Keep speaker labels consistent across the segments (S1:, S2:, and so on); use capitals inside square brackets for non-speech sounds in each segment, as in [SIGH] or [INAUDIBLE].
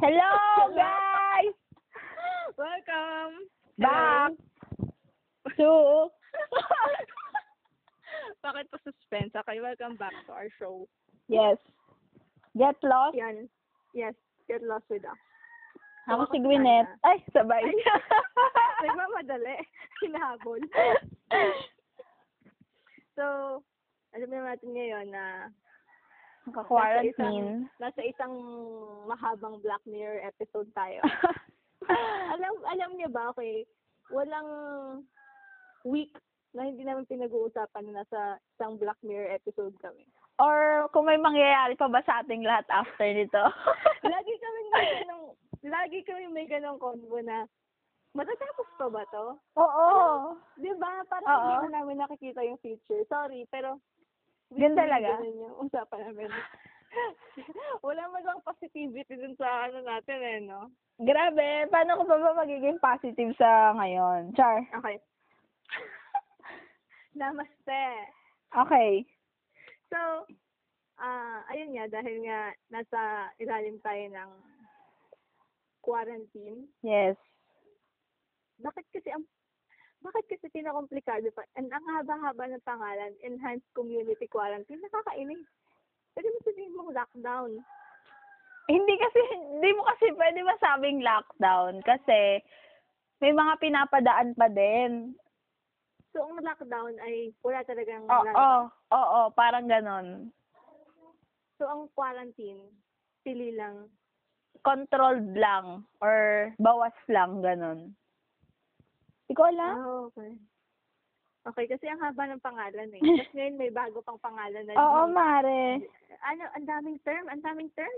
S1: Hello, guys!
S2: Welcome!
S1: Back to...
S2: Hello. Bakit pa suspense? Okay, welcome back to our show.
S1: Yes. Get lost.
S2: Yan. Yes, get lost with us.
S1: Ako si Gwyneth. Ay, sabay.
S2: Ay, nagmamadali. [LAUGHS] Hinahabol. so, alam naman natin ngayon na
S1: [LAUGHS] [LAUGHS] Naka-quarantine.
S2: nasa isang mahabang Black Mirror episode tayo.
S1: [LAUGHS]
S2: alam alam niyo ba, okay, walang week na hindi namin pinag-uusapan na nasa isang Black Mirror episode kami.
S1: Or kung may mangyayari pa ba sa ating lahat after nito.
S2: lagi kami may ganong, lagi kami may ganong convo na, matatapos pa ba to?
S1: [LAUGHS] Oo.
S2: Di ba? Parang
S1: Oo.
S2: hindi na namin nakikita yung future. Sorry, pero...
S1: Yun talaga.
S2: Ganun yung usapan namin. [LAUGHS] Wala magang positivity dun sa ano natin eh, no?
S1: Grabe, paano ko pa ba magiging positive sa ngayon? Char.
S2: Okay. [LAUGHS] Namaste.
S1: Okay.
S2: So, ah ayun nga, dahil nga nasa ilalim tayo ng quarantine,
S1: Yes.
S2: bakit kasi ang bakit kasi pinakomplikado pa? And ang haba-haba ng pangalan, Enhanced Community Quarantine, nakakainis. Pwede mo sabihin mong lockdown.
S1: Hindi kasi, hindi mo kasi pwede masabing lockdown kasi may mga pinapadaan pa din.
S2: So, ang lockdown ay wala talagang
S1: Oo, oo,
S2: lalabas.
S1: oo, parang ganon.
S2: So, ang quarantine, pili lang.
S1: Controlled lang or bawas lang, ganon. Hindi ko alam.
S2: Ah, okay. Okay, kasi ang haba ng pangalan
S1: [LAUGHS]
S2: eh. Tapos ngayon may bago pang pangalan na.
S1: Oo,
S2: di-
S1: mare.
S2: Ano, ang daming term, ang daming term.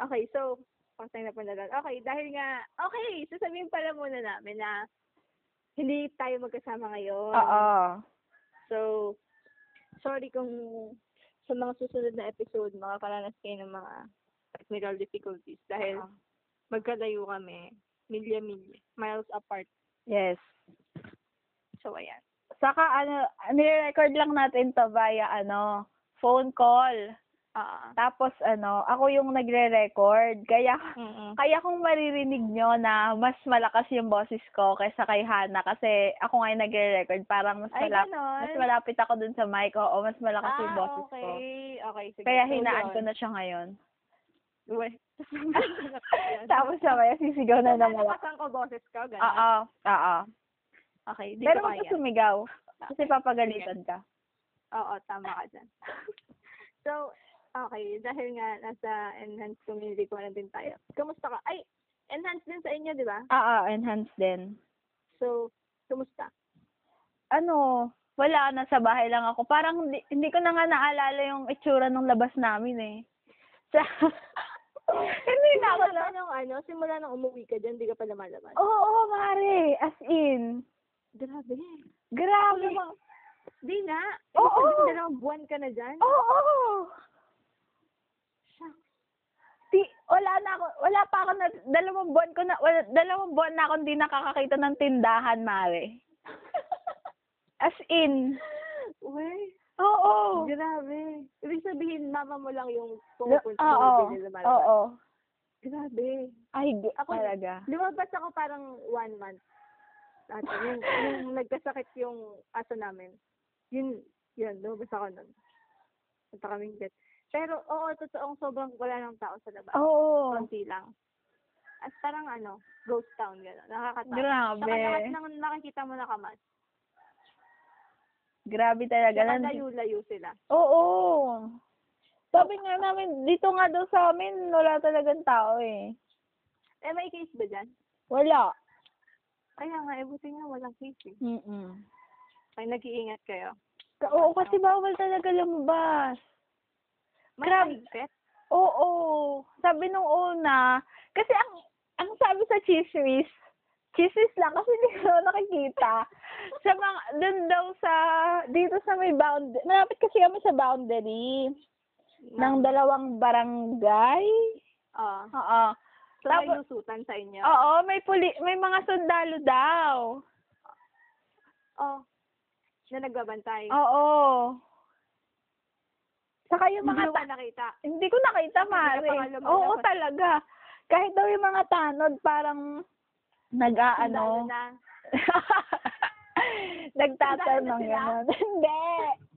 S2: Okay, so, pantay na po na lang. Okay, dahil nga, okay, sasabihin pala muna namin na hindi tayo magkasama ngayon.
S1: Oo.
S2: So, sorry kung sa mga susunod na episode, makakaranas kayo ng mga technical difficulties dahil magkalayo kami, milya-milya, miles apart.
S1: Yes.
S2: So, ayan.
S1: Saka ano, nirecord lang natin to via ano, phone call.
S2: Ah.
S1: Tapos ano, ako yung nagre-record. Kaya
S2: mm
S1: Kaya kung maririnig nyo na mas malakas yung boses ko kaysa kay Hana kasi ako nga yung nagre-record, parang mas,
S2: Ay,
S1: malap-
S2: ganon.
S1: mas malapit ako dun sa mic, oo, mas malakas
S2: ah,
S1: yung boses
S2: okay.
S1: ko.
S2: Okay, sige.
S1: Kaya hinaan ko na siya ngayon. [LAUGHS] Tapos sabay, sisigaw na naman ako.
S2: Nalakasan ko boses ko, ganun.
S1: Oo, oo.
S2: Okay, di
S1: Pero
S2: ko
S1: huwag
S2: kaya.
S1: ka sumigaw
S2: Ah,
S1: kasi papagalitan ka.
S2: Oo, tama ka [LAUGHS] dyan. so, okay, dahil nga nasa enhanced community ko na din tayo. Kamusta ka? Ay, enhanced din sa inyo, di ba?
S1: Oo, enhance din.
S2: So, kamusta?
S1: Ano, wala, nasa bahay lang ako. Parang hindi, hindi ko na nga naalala yung itsura ng labas namin eh. Sa... [LAUGHS] hindi na ako
S2: Simula pa nung ano, simula nung umuwi ka dyan, di ka pa lumalabas.
S1: Oo, oo, mare. As in.
S2: Oh, grabe.
S1: Grabe.
S2: Dalawang, di nga.
S1: Oo.
S2: Ibig sabihin, dalawang buwan ka na dyan.
S1: Oo. Di, wala na ako, wala pa ako na, dalawang buwan ko na, wala, dalawang buwan na ako hindi nakakakita ng tindahan, mare. [LAUGHS] As in.
S2: Uy,
S1: Oo.
S2: Oh. grabe. Ibig sabihin, mama mo lang yung
S1: Lo-
S2: pumupunta
S1: Oo.
S2: na lumalabas.
S1: Oo.
S2: Grabe.
S1: Ay, di-
S2: Ako-
S1: talaga.
S2: Lumabas ako parang one month.
S1: [LAUGHS]
S2: At yung, yung nagkasakit yung aso namin. Yun, yun, lumabas ako nun. Punta kaming vet. Pero oo, totoong sobrang wala ng tao sa labas.
S1: Oo.
S2: Konti lang. At parang ano, ghost town, gano'n. Nakakatakot. Saka lahat
S1: Grabe.
S2: ng nakikita mo nakamas.
S1: Grabe talaga.
S2: Saka
S1: Nandi-
S2: layo-layo sila.
S1: Oo. Sabi nga namin, dito nga daw sa amin, wala talagang tao eh.
S2: Eh, may case ba dyan?
S1: Wala.
S2: Kaya nga, eh, buti nga walang case eh.
S1: Mm-mm.
S2: Ay, nag-iingat kayo.
S1: Ka- Oo, kasi bawal talaga lumabas.
S2: May
S1: Grabe.
S2: pet?
S1: Oo. Sabi nung una, kasi ang ang sabi sa chismis, chismis lang kasi hindi ko [LAUGHS] nakikita. sa mga, dun daw sa, dito sa may boundary, malapit kasi kami sa boundary ng dalawang barangay.
S2: Oo.
S1: Oo.
S2: So, may
S1: Tapos-
S2: lusutan sa inyo.
S1: Oo, may puli, may mga sundalo daw. Oh,
S2: Oh, na nagbabantay.
S1: Oo. Saka yung mga
S2: Hindi
S1: ta-
S2: ko nakita.
S1: hindi ko nakita,
S2: Ang ganda
S1: Mare.
S2: pa nga lumalabas.
S1: Oo, talaga. Kahit daw yung mga tanod, parang
S2: Sundalo
S1: nag-aano.
S2: na.
S1: [LAUGHS] Nagtatanong
S2: Sundalo
S1: gano'n.
S2: na
S1: [LAUGHS] hindi!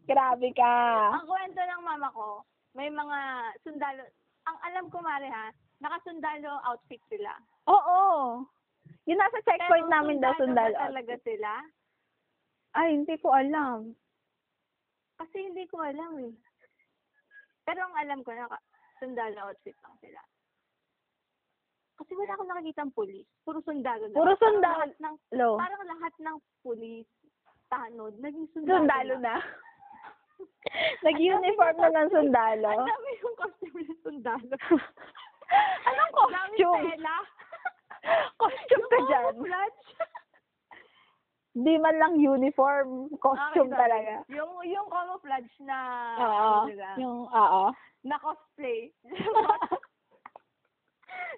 S1: Grabe ka.
S2: Ang kwento ng mama ko, may mga sundalo. Ang alam ko, Mare, ha, nakasundalo outfit sila.
S1: Oo. Yung nasa checkpoint
S2: Pero
S1: namin daw, sundalo.
S2: ba talaga sila?
S1: Ay, hindi ko alam.
S2: Kasi hindi ko alam eh. Pero ang alam ko, naka, sundalo outfit lang sila. Kasi wala akong nakikita ang pulis. Puro sundalo na.
S1: Puro sundalo. Oh.
S2: Parang lahat ng,
S1: Lo.
S2: parang lahat ng pulis, tanod, naging sundalo, Ano,
S1: Sundalo
S2: [LAUGHS]
S1: na.
S2: Ang
S1: Nag-uniform na
S2: dami
S1: ng sundalo.
S2: Ang dami yung costume ng sundalo.
S1: Anong
S2: Ang
S1: costume?
S2: dami tela.
S1: [LAUGHS] Costume ka
S2: Yung
S1: dyan.
S2: camouflage.
S1: Di man lang
S2: Ah,
S1: uniform. Costume
S2: Okay, sorry.
S1: talaga.
S2: Yung, yung camouflage na,
S1: Oo.
S2: ano nila,
S1: Yung,
S2: [LAUGHS]
S1: oo.
S2: na cosplay. [LAUGHS]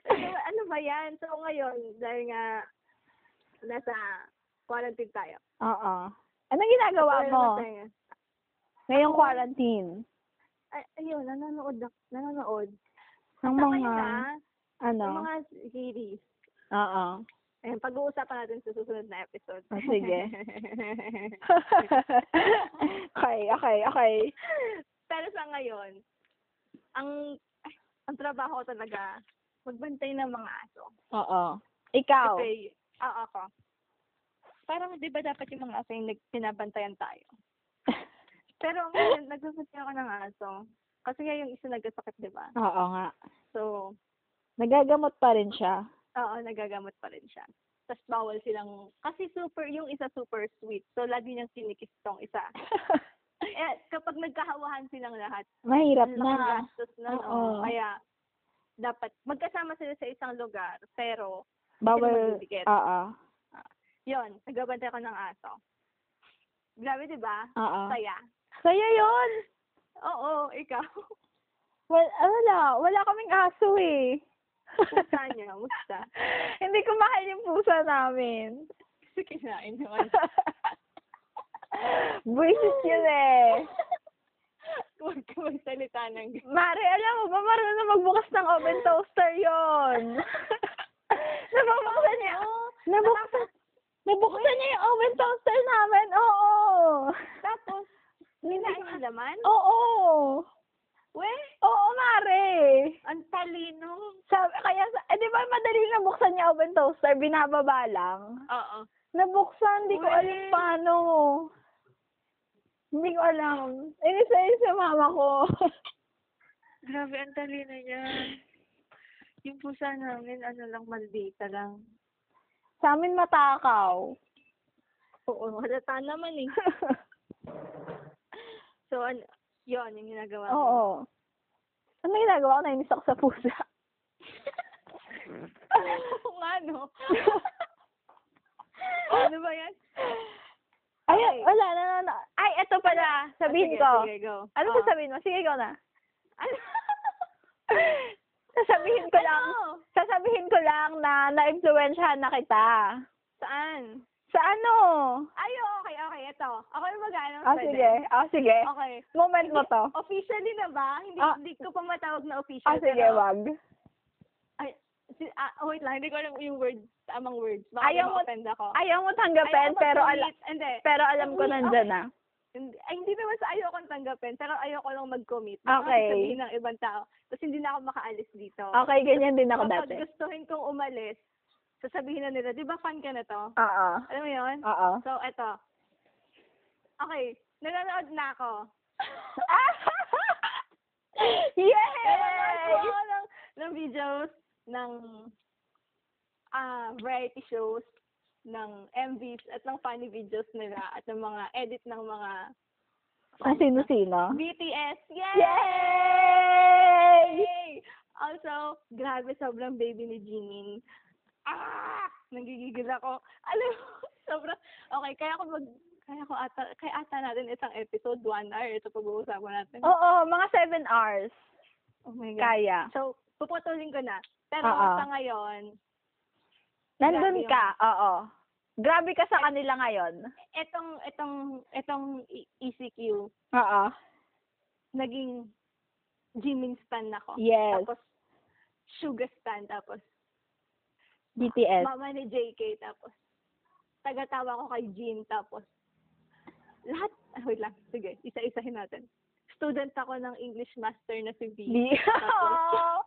S2: ano, ano ba yan? So ngayon, dahil nga nasa quarantine tayo.
S1: Oo. Anong ginagawa
S2: Pero
S1: mo
S2: nasa-
S1: ngayong quarantine?
S2: Ay, ayun, nanonood. ak- Nanonood.
S1: Ng
S2: Saka
S1: mga,
S2: yun na,
S1: ano?
S2: yung mga series.
S1: Oo.
S2: [LAUGHS] Ayun, pag-uusapan natin sa susunod na episode.
S1: Oh, sige.
S2: [LAUGHS]
S1: okay, okay, okay.
S2: Pero sa ngayon, ang ay, ang trabaho ko talaga, magbantay ng mga aso.
S1: Oo. Ikaw.
S2: Kasi, ah, ako. Parang di ba dapat yung mga aso yung nag- pinabantayan tayo? Pero ngayon, nagbabantay ako ng aso. Kasi nga yung isa nagkasakit, di ba?
S1: Oo nga.
S2: So,
S1: Nagagamot pa rin siya.
S2: oo, nagagamot pa rin siya. Tapos bawal silang, kasi super, yung isa super sweet. So, lagi niyang kinikis tong isa. Eh, kapag nagkahawahan silang lahat,
S1: Mahirap
S2: ang laking
S1: na.
S2: gastos na, no?
S1: Oo.
S2: Kaya, dapat magkasama sila sa isang lugar, pero,
S1: Bawal.
S2: magdidikit.
S1: Oo.
S2: yon nagbabantay ako ng aso. Grabe, di ba?
S1: Oo.
S2: Saya.
S1: Sa'yo yun.
S2: Oo,
S1: [LAUGHS]
S2: ikaw.
S1: Wala, wala. ano Wala kaming aso eh.
S2: Musta niya, musta.
S1: [LAUGHS] Hindi ko mahal yung pusa namin.
S2: Kasi kinain
S1: [LAUGHS]
S2: naman.
S1: Buisit yun eh.
S2: Huwag ka magsalita ng ganyan.
S1: Mare, alam mo ba, marunong na magbukas ng oven toaster yon. [LAUGHS] nabubuksan niya. Nabuksan, nabuksan niya yung oven toaster namin. Oo.
S2: Tapos, kinain yung laman?
S1: Oo.
S2: We,
S1: Oo, Mare.
S2: ang talino.
S1: Sabi, kaya, sa- eh, di ba madali nabuksan niya oven toaster, binababa lang.
S2: Oo.
S1: Nabuksan, di ko
S2: Uy.
S1: alam paano. Hindi ko alam. Inis-inis sa mama ko. [LAUGHS]
S2: Grabe, ang talino niya. Yung pusa namin, ano lang, maldita lang.
S1: sa amin matakaw.
S2: Oo, halata naman [LAUGHS] eh. So, ano, yun, yung ginagawa mo.
S1: Oo. Ano ginagawa ko? Nainis ako sa pusa.
S2: [LAUGHS] Oo nga, [LAUGHS] no? ano ba yan?
S1: Ay,
S2: Okay.
S1: wala na, na, na. Ay, eto pala. Sabihin
S2: Ah, sige,
S1: ko.
S2: Sige, go.
S1: Ano
S2: Oo.
S1: sasabihin mo? Sige, ikaw na.
S2: [LAUGHS] Ano?
S1: sasabihin ko lang.
S2: Ano?
S1: Sasabihin ko lang na na-influensyahan na kita.
S2: Saan?
S1: Sa ano?
S2: Ay, oo, okay, okay, ito. Ako yung mag-ano.
S1: Ah,
S2: pwede.
S1: sige. Ah, sige.
S2: Okay.
S1: Moment mo to.
S2: Officially na ba? Hindi,
S1: Ah.
S2: hindi ko pa matawag na official.
S1: Ah, sige,
S2: pero-
S1: wag.
S2: Ay, si, ah, wait lang, hindi ko alam yung words, tamang words. Baka
S1: Ayaw mo-
S2: ma-offend ako.
S1: Ayaw mo tanggapin,
S2: Ayoko
S1: pero, ala,
S2: mag-commit. Hindi.
S1: pero alam ko
S2: Hindi,
S1: nandyan na.
S2: Hindi, ay, hindi naman sa ayoko tanggapin, pero ayoko lang mag-commit.
S1: Okay.
S2: Sabihin ng ibang tao. Tapos hindi na ako makaalis dito.
S1: Okay, ganyan din ako
S2: Kapag
S1: dati.
S2: gustuhin kong umalis, sasabihin na nila, di ba fan ka na to?
S1: Oo.
S2: Alam mo yun?
S1: Oo.
S2: So, eto. Okay, nanonood na ako.
S1: [LAUGHS] Yay!
S2: Nanonood ko ng, ng videos, ng ah variety shows, ng MVs, at ng funny videos nila, at ng mga edit ng mga
S1: Ang Ah, sino-sino?
S2: BTS. Yay!
S1: Yay!
S2: Yay! Also, grabe sobrang baby ni Jimin. Ah! Nagigigil ako. Alam mo, [LAUGHS] sobrang, okay, kaya ako mag, kaya ko ata, kaya ata natin isang episode, one hour, ito pag-uusapan natin.
S1: Oo, mga 7 hours.
S2: Oh my God.
S1: Kaya.
S2: So, puputulin ko na. Pero
S1: Oo.
S2: sa ngayon,
S1: Nandun
S2: Grabe
S1: ka, oo. Grabe ka sa kanila ngayon.
S2: etong, etong, etong E- ECQ,
S1: Oo.
S2: naging Jimin stan ako.
S1: Yes.
S2: Tapos, Suga stan. Tapos,
S1: BTS.
S2: mama ni JK. Tapos, tagatawa ko kay Jin. Tapos, lahat, [LAUGHS] ah, wait lang. Sige, isa-isahin natin. Student ako ng English master na si V.
S1: [LAUGHS] Di.
S2: Tapos-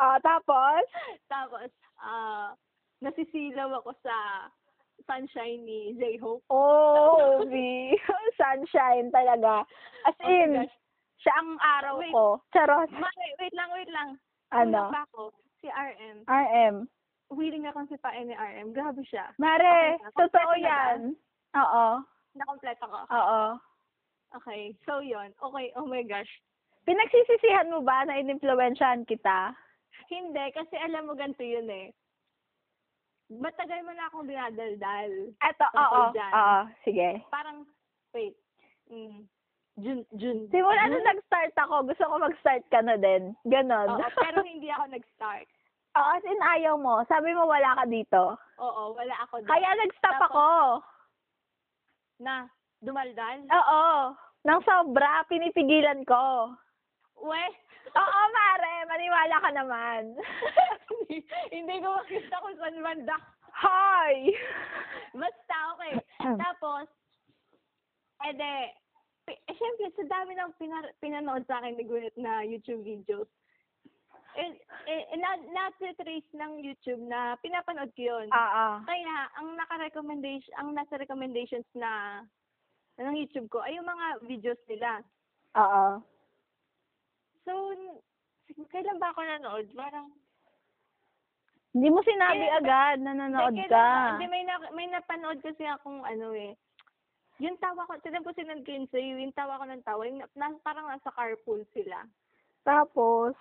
S1: Ah, tapos?
S2: Tapos, ah, nasisilaw ako sa sunshine ni J-Hope.
S1: Oh, [LAUGHS] V. Sunshine talaga. As
S2: Oh my
S1: in,
S2: gosh.
S1: siya ang araw
S2: Wait.
S1: ko. Charot.
S2: Mare, wait lang, wait lang.
S1: Ano?
S2: Una pa ako, si RM.
S1: RM.
S2: Willing akong sipain ni RM. Grabe siya.
S1: Mare,
S2: Okay,
S1: totoo
S2: kompleto na ba?
S1: yan. Oo.
S2: Nakomplete ako.
S1: Oo.
S2: Okay, so yon. Okay, oh my gosh.
S1: Pinagsisisihan mo ba na ininfluensyahan kita?
S2: Hindi, kasi alam mo ganito yun eh. Matagal mo na akong dinadaldal.
S1: Eto, oo.
S2: Tungkol dyan.
S1: Oo, sige.
S2: Parang, wait. Mm, June, June.
S1: Simula nung
S2: June?
S1: nag-start ako, gusto ko mag-start ka na din. Ganon.
S2: Oo, pero hindi ako nag-start.
S1: [LAUGHS] Oo, as in ayaw mo. Sabi mo wala ka dito.
S2: Oo, wala ako doon.
S1: Kaya nag-stop
S2: Tapos-
S1: ako.
S2: Na, dumaldal.
S1: Oo. Nang sobra, pinipigilan ko.
S2: We, [LAUGHS]
S1: Oo, Mare, maniwala ka naman. [LAUGHS]
S2: hindi, hindi ko makita kung saan banda. [LAUGHS]
S1: Hi!
S2: Basta, okay. Tapos, ede, pi- eh, syempre, sa dami ng pinar- pinanood sa akin ni Gwyneth na YouTube videos, eh, eh, na, na-trace ng YouTube na pinapanood ko yun.
S1: Oo.
S2: Kaya, ang naka-recommendation, ang nasa recommendations na, ng YouTube ko, ay yung mga videos nila.
S1: Oo.
S2: So, n- kailan ba ako nanood? Parang,
S1: Hindi mo sinabi
S2: Eh,
S1: agad na nanood
S2: Kailan
S1: ka.
S2: ba? Hindi, may, na, may napanood kasi akong ano eh. Yung tawa ko, tinan po sinad ko yun sa'yo, yung tawa ko ng tawa, yung, na, na- parang nasa carpool sila.
S1: Tapos,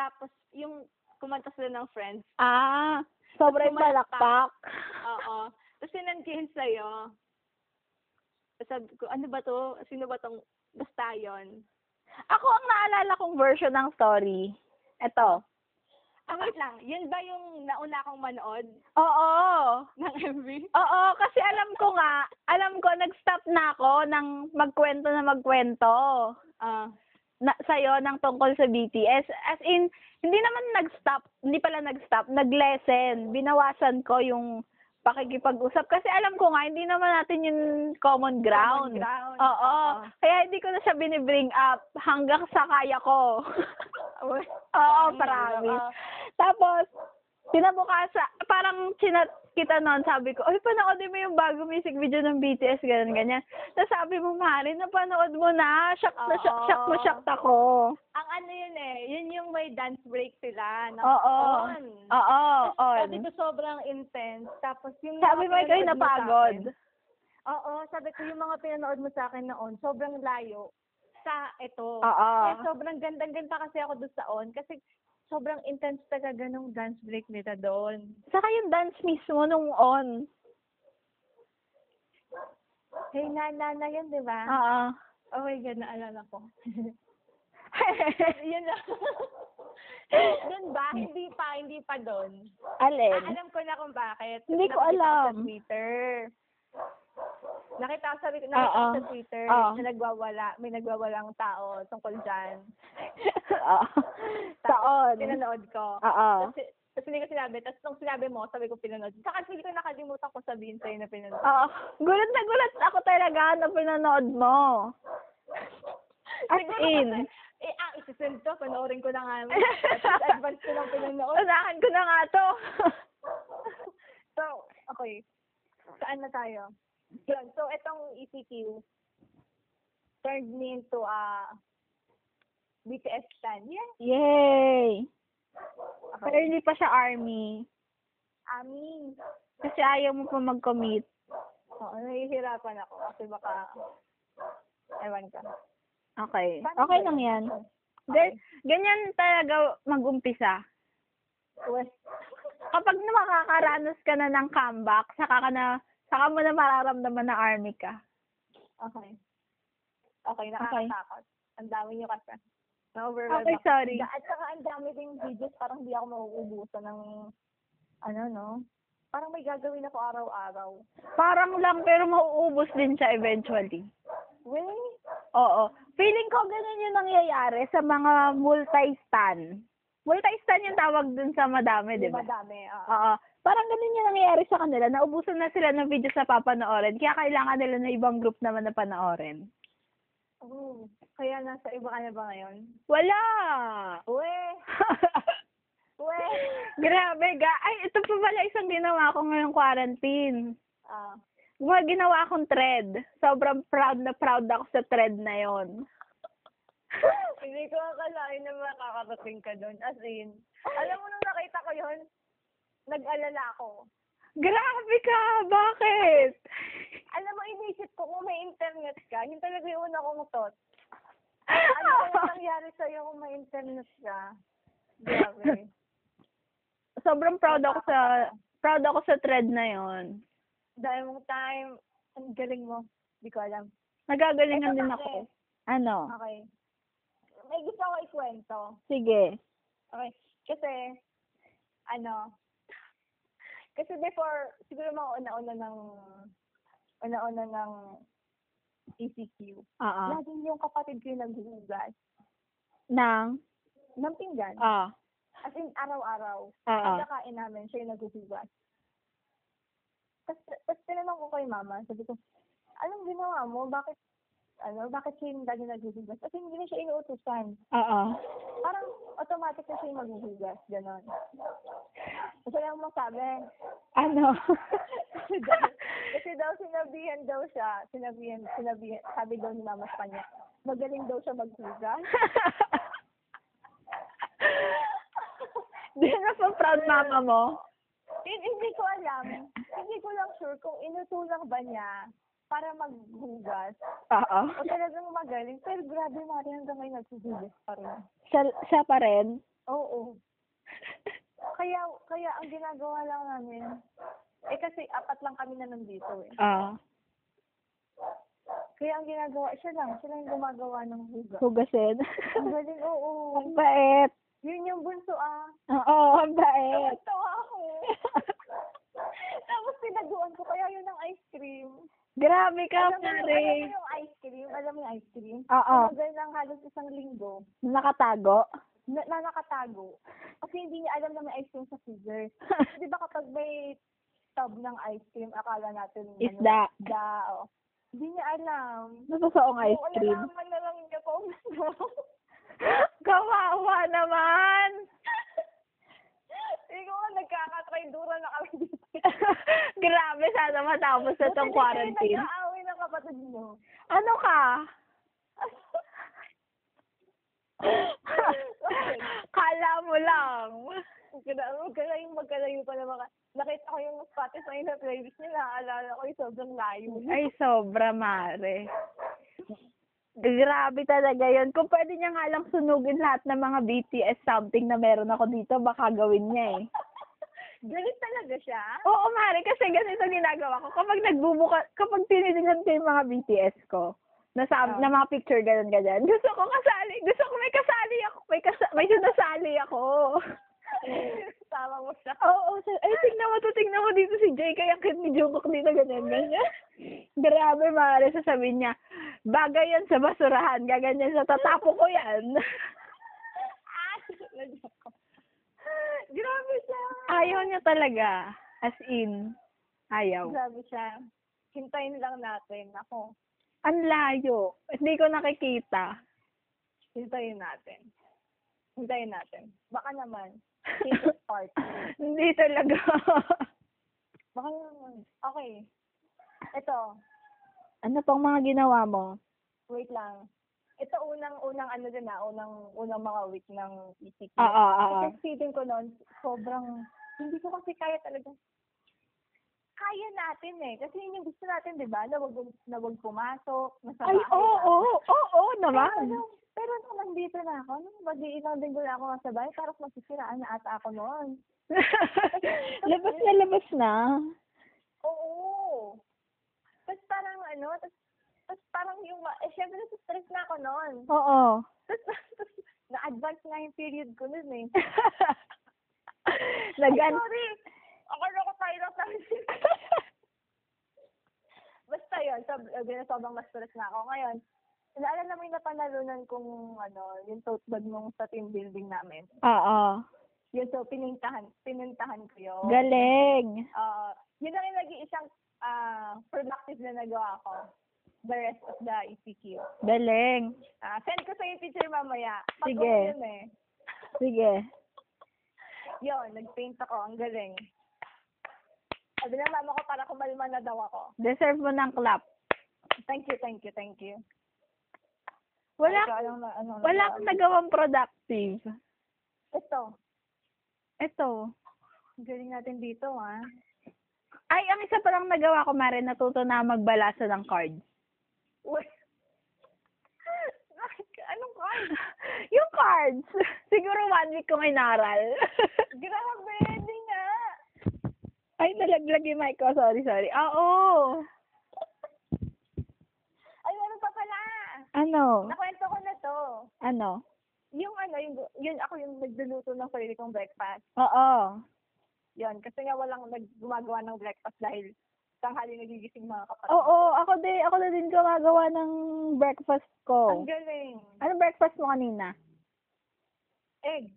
S2: Tapos, yung kumanta sila ng friends.
S1: ah, Oh. sobrang
S2: Tumalakpak.
S1: balakpak.
S2: Oo. Tapos sinad ko yun sa'yo. Tapos Sabi ko, ano ba to? Sino ba tong basta yun?
S1: Ako ang naalala kong version ng story. Eto.
S2: Ah, wait lang. Yun ba yung nauna akong manood
S1: Oo.
S2: ng [LAUGHS] MV?
S1: Oo, kasi alam ko nga, alam ko, nag-stop na ako ng magkwento na magkwento
S2: Ah.
S1: na, sa'yo ng tungkol sa BTS. As in, hindi naman nag-stop, hindi pala nag-stop, nag-lesson. Binawasan ko yung pakikipag-usap. Kasi alam ko nga, hindi naman natin yung common ground.
S2: Common ground.
S1: Oo. Kaya hindi ko na siya binibring up hanggang sa kaya
S2: [LAUGHS]
S1: ko. Oo,
S2: Ayun,
S1: promise.
S2: oo.
S1: Tapos, pinabukasa, parang chinat kita noon, sabi ko, ay, panoodin mo yung bago music video ng BTS, ganyan, ganyan. Tapos sabi mo, Mari, napanood mo na. Shock na
S2: Oo.
S1: shock, shock na shock ako.
S2: Ang ano yun eh, yun yung may dance break sila. na-
S1: Oo.
S2: Ayun.
S1: Oo, on.
S2: Sabi ko sobrang intense. Tapos yung
S1: Sabi mo,
S2: mga
S1: ikaw
S2: pinanood mo sa
S1: napagod.
S2: akin- Oo, sabi ko yung mga pinanood mo sa akin noon, sobrang layo sa ito.
S1: Oo.
S2: Kaya sobrang gandang-ganda kasi ako doon sa on. Kasi sobrang intense talaga nung dance break nila doon.
S1: Saka yung dance mismo nung on.
S2: Hey, nana na yun, di ba?
S1: Oo.
S2: Oh my God, naalala
S1: [LAUGHS]
S2: ko. yun lang. doon ba? Hindi pa, hindi pa doon.
S1: Alin?
S2: Ah, alam ko na kung bakit.
S1: Hindi ko
S2: Nakita
S1: alam.
S2: Sa Twitter. Nakita ko sa, nakita ko
S1: Oo.
S2: sa Twitter
S1: Oo.
S2: na nagwawala, may nagwawalang tao tungkol
S1: [LAUGHS]
S2: dyan.
S1: Oo. Sa on.
S2: Pinanood ko.
S1: Oo.
S2: Tapos, tapos hindi ko sinabi. Tapos nung sinabi mo, sabi ko pinanood. Saka hindi ko nakalimutan ko sabihin sa'yo na pinanood.
S1: Oo. Gulat na gulat ako talaga na pinanood mo. As
S2: Siguro
S1: in.
S2: kasi, eh, ah, isisend to. Panoorin ko na
S1: [LAUGHS]
S2: nga. At least advance ko lang pinanood.
S1: Unahan ko na nga to. [LAUGHS]
S2: [LAUGHS] So, okay. Saan na tayo? Yun. So, itong E ECQ turned me into a BTS stan. Yeah.
S1: Yay! Pero
S2: Okay.
S1: hindi pa siya army.
S2: Amin.
S1: Kasi ayaw mo pa mag-commit.
S2: Oo, nahihirapan ako kasi baka ewan ka.
S1: Okay. Okay lang yan. Then, ganyan talaga mag-umpisa.
S2: West.
S1: Kapag na makakaranas ka na ng comeback, saka, ka na, saka mo na mararamdaman na army ka.
S2: Okay. Okay, nakakatakot. Ang dami niyo kasi. Na-overwhelm
S1: Okay,
S2: ako.
S1: sorry.
S2: At saka ang dami ding videos, parang hindi ako mauubusan ng, ano, no? Parang may gagawin ako araw-araw.
S1: Parang lang, pero mauubos din siya eventually.
S2: Really?
S1: Oo. Feeling ko ganun yung nangyayari sa mga multi-stan. Multi-stan yung tawag dun sa madami, di ba?
S2: Madami, oo.
S1: Oo. Parang ganun yung nangyayari sa kanila. Naubusan na sila ng videos na papanoorin. Kaya kailangan nila ng ibang group naman na panoorin.
S2: Oo. Hmm. Kaya nasa iba ka na ba ngayon?
S1: Wala! [LAUGHS]
S2: Uwe!
S1: [LAUGHS]
S2: Uwe!
S1: Grabe, ga. Ay, ito pa pala isang ginawa ko ngayong quarantine.
S2: Ah.
S1: Gumawa ginawa akong thread. Sobrang proud na proud ako sa thread na yon.
S2: Hindi ko akalain na makakarating ka doon. As in, alam mo nung nakita ko yun, nag-alala ako.
S1: Grabe ka! Bakit?
S2: Alam mo, inisip ko kung may internet ka, yun talaga yung una kong thought. Ano ang
S1: [LAUGHS]
S2: nangyari sa'yo kung may internet ka? Grabe.
S1: Sobrang proud ako sa proud ako sa thread na yon.
S2: Dahil mong time, ang galing mo. Hindi ko alam.
S1: Nagagalingan
S2: Ito
S1: din
S2: kasi.
S1: ako. Ano?
S2: Okay. May gusto ko ikwento.
S1: Sige.
S2: Okay. Kasi, ano, kasi before, siguro mga una-una ng, una-una ng ECQ,
S1: Oo.
S2: laging yung kapatid ko yung naghuhugas
S1: Nang?
S2: ng pinggan.
S1: Ah.
S2: As in, araw-araw.
S1: Oo.
S2: Ang kakain namin, siya yung naghuhugas. Tapos, tapos tinanong ko kay mama, sabi ko, anong ginawa mo? Bakit, ano, bakit siya yung lagi naghuhugas? Kasi hindi na siya inuutusan.
S1: Oo.
S2: Parang automatic na siya yung maghuhugas, gano'n. Kasi lang masabi.
S1: Ano?
S2: kasi,
S1: [LAUGHS]
S2: daw, kasi daw sinabihan daw siya, sinabihan, sinabihan, sabi daw ni mama sa kanya, magaling daw siya maghugas.
S1: Di na pa proud mama mo?
S2: [LAUGHS] Hin- hindi ko alam. Hindi ko lang sure kung inutulang ba niya para maghugas.
S1: Oo.
S2: O talagang magaling. Pero grabe, Mari, hanggang ngayon nagsusugas pa rin.
S1: Siya, siya pa rin?
S2: Oo. Kaya, kaya ang ginagawa lang namin, eh kasi apat lang kami na nandito eh.
S1: Ah.
S2: Kaya ang ginagawa, siya lang, siya lang yung gumagawa ng hugas.
S1: Hugasin?
S2: Ang galing, oo.
S1: ang bait.
S2: Yun yung bunso ah.
S1: Oo, ang bait.
S2: Tawa ako. [LAUGHS] Tapos tinaguan ko, kaya yun ang ice cream.
S1: Grabe ka,
S2: alam mo, yung- alam
S1: Mari.
S2: mo yung ice cream? Alam mo yung ice cream?
S1: Oo.
S2: Tumagal ng halos isang linggo
S1: Nakatago?
S2: na, na nakatago. Kasi hindi niya alam na may ice cream sa freezer. Di ba kapag may tub ng ice cream, akala natin
S1: Isda.
S2: Ano, isda, oh. Hindi niya alam.
S1: Natotoong ice
S2: Kung
S1: cream.
S2: alalaman na lang niya kung ano.
S1: [LAUGHS] Kawawa naman! [LAUGHS]
S2: Hindi ko nga nagkakatraydura na kami dito.
S1: Grabe, sana matapos na tong quarantine.
S2: Nag-aaway ng kapatid mo.
S1: Ano ka? [LAUGHS] Kala mo lang.
S2: Magkalayo, magkalayo pa naman. ka- Nakita ko yung Spotify na playlist niya, naaalala ko yung sobrang layo.
S1: Ay, sobra, mare. Grabe talaga yun. Kung pwede niya nga lang sunugin lahat ng mga BTS something na meron ako dito, baka gawin niya eh.
S2: Galit talaga siya.
S1: Oo, mare, kasi ganito ginagawa ko. Kapag nagbubuka, kapag tinitigan ko yung mga BTS ko, na, sa,
S2: Ah.
S1: na mga picture ganun [LAUGHS] ganyan, gusto ko kasali, gusto ko may kasali ako, may, kasa, may sinasali ako.
S2: [LAUGHS] Tama mo siya.
S1: Oo, sa, ay, tignan mo to, tignan mo dito si Jay, kaya ang cute ni Jungkook dito, ganyan, ganyan. Grabe, mare, sasabihin niya, bagay yan sa basurahan, gaganyan sa tatapo ko yan. [LAUGHS]
S2: Ah! Nag-joke ko. [LAUGHS] Grabe siya.
S1: Ayaw niya talaga, as in, ayaw.
S2: Grabe siya. Hintayin lang natin. Ako,
S1: Ang layo, hindi ko nakikita. [LAUGHS]
S2: hintayin natin. Hintayin natin. Baka naman. Christmas party.
S1: Hindi talaga. [LAUGHS]
S2: Baka naman. Okay. Ito.
S1: ano pang mga ginawa mo?
S2: Wait lang. Ito unang, unang ano din na, unang, unang mga week ng ECQ.
S1: Oo, oo.
S2: Kasi feeling ko noon, sobrang, hindi ko kasi kaya talaga. Kaya natin eh. Kasi yun yung gusto natin, di ba? Na wag, na wag pumasok. Nasa
S1: Ay, oo, oo, oo, naman.
S2: Pero, pero nung nandito na ako, nung mag-iilang din ko na ako sa bahay, parang masisiraan na ata ako noon.
S1: [LAUGHS] labas na, labas na.
S2: Oo. Tapos parang ano, tapos, tapos parang yung, ma- eh syempre nasa-stress na ako noon.
S1: Oo.
S2: Tapos, tapos na-advance na yung period ko noon eh.
S1: [LAUGHS]
S2: Ay,
S1: Nagan.
S2: sorry. Akala ko tayo lang sabi [LAUGHS] Basta yun, sob- eh, sobrang mas stress na ako ngayon. Naalala mo yung napanalunan kong, ano, yung tote bag mong sa team building namin.
S1: Oo.
S2: Yun, so, pinintahan, pinintahan ko yun.
S1: Galing.
S2: Ah, yun lang yung nag-iisang ah, productive na nagawa ko. The rest of the ECQ.
S1: Galing.
S2: Ah, send ko sa yung picture mamaya.
S1: Sige.
S2: Pag-uwi Yun, eh.
S1: Sige.
S2: yun, nag-paint ako. Ang galing. Sabi ng mama ko para kumalma na daw ako.
S1: Deserve mo ng clap.
S2: Thank you, thank you, thank you. Ikaw,
S1: Wala,
S2: anong na- ano, anong
S1: wala
S2: nagawa
S1: akong
S2: mo?
S1: nagawang productive.
S2: Ito.
S1: Ito.
S2: Ang galing natin dito, ah.
S1: Ay, ang isa palang nagawa ko, Mare, natuto na magbalasa ng cards. [LAUGHS]
S2: Uy. [LAUGHS] anong card?
S1: yung cards. [LAUGHS] Siguro one week kong inaral. [LAUGHS]
S2: Grabe, hindi nga.
S1: Ay, nalaglag yung mic ko. Sorry, sorry. Oo.
S2: Ay, meron pa pala.
S1: Ano?
S2: Nakwento ko na to.
S1: Ano?
S2: Yung ano, yung, yun ako yung nagluluto ng sarili kong breakfast.
S1: Oo.
S2: Yun, kasi nga walang nag- gumagawa ng breakfast dahil tanghali nagigising mga kapatid.
S1: Oo, ako din, ako na din gumagawa ng breakfast ko.
S2: Ang galing.
S1: Ano breakfast mo kanina?
S2: Egg.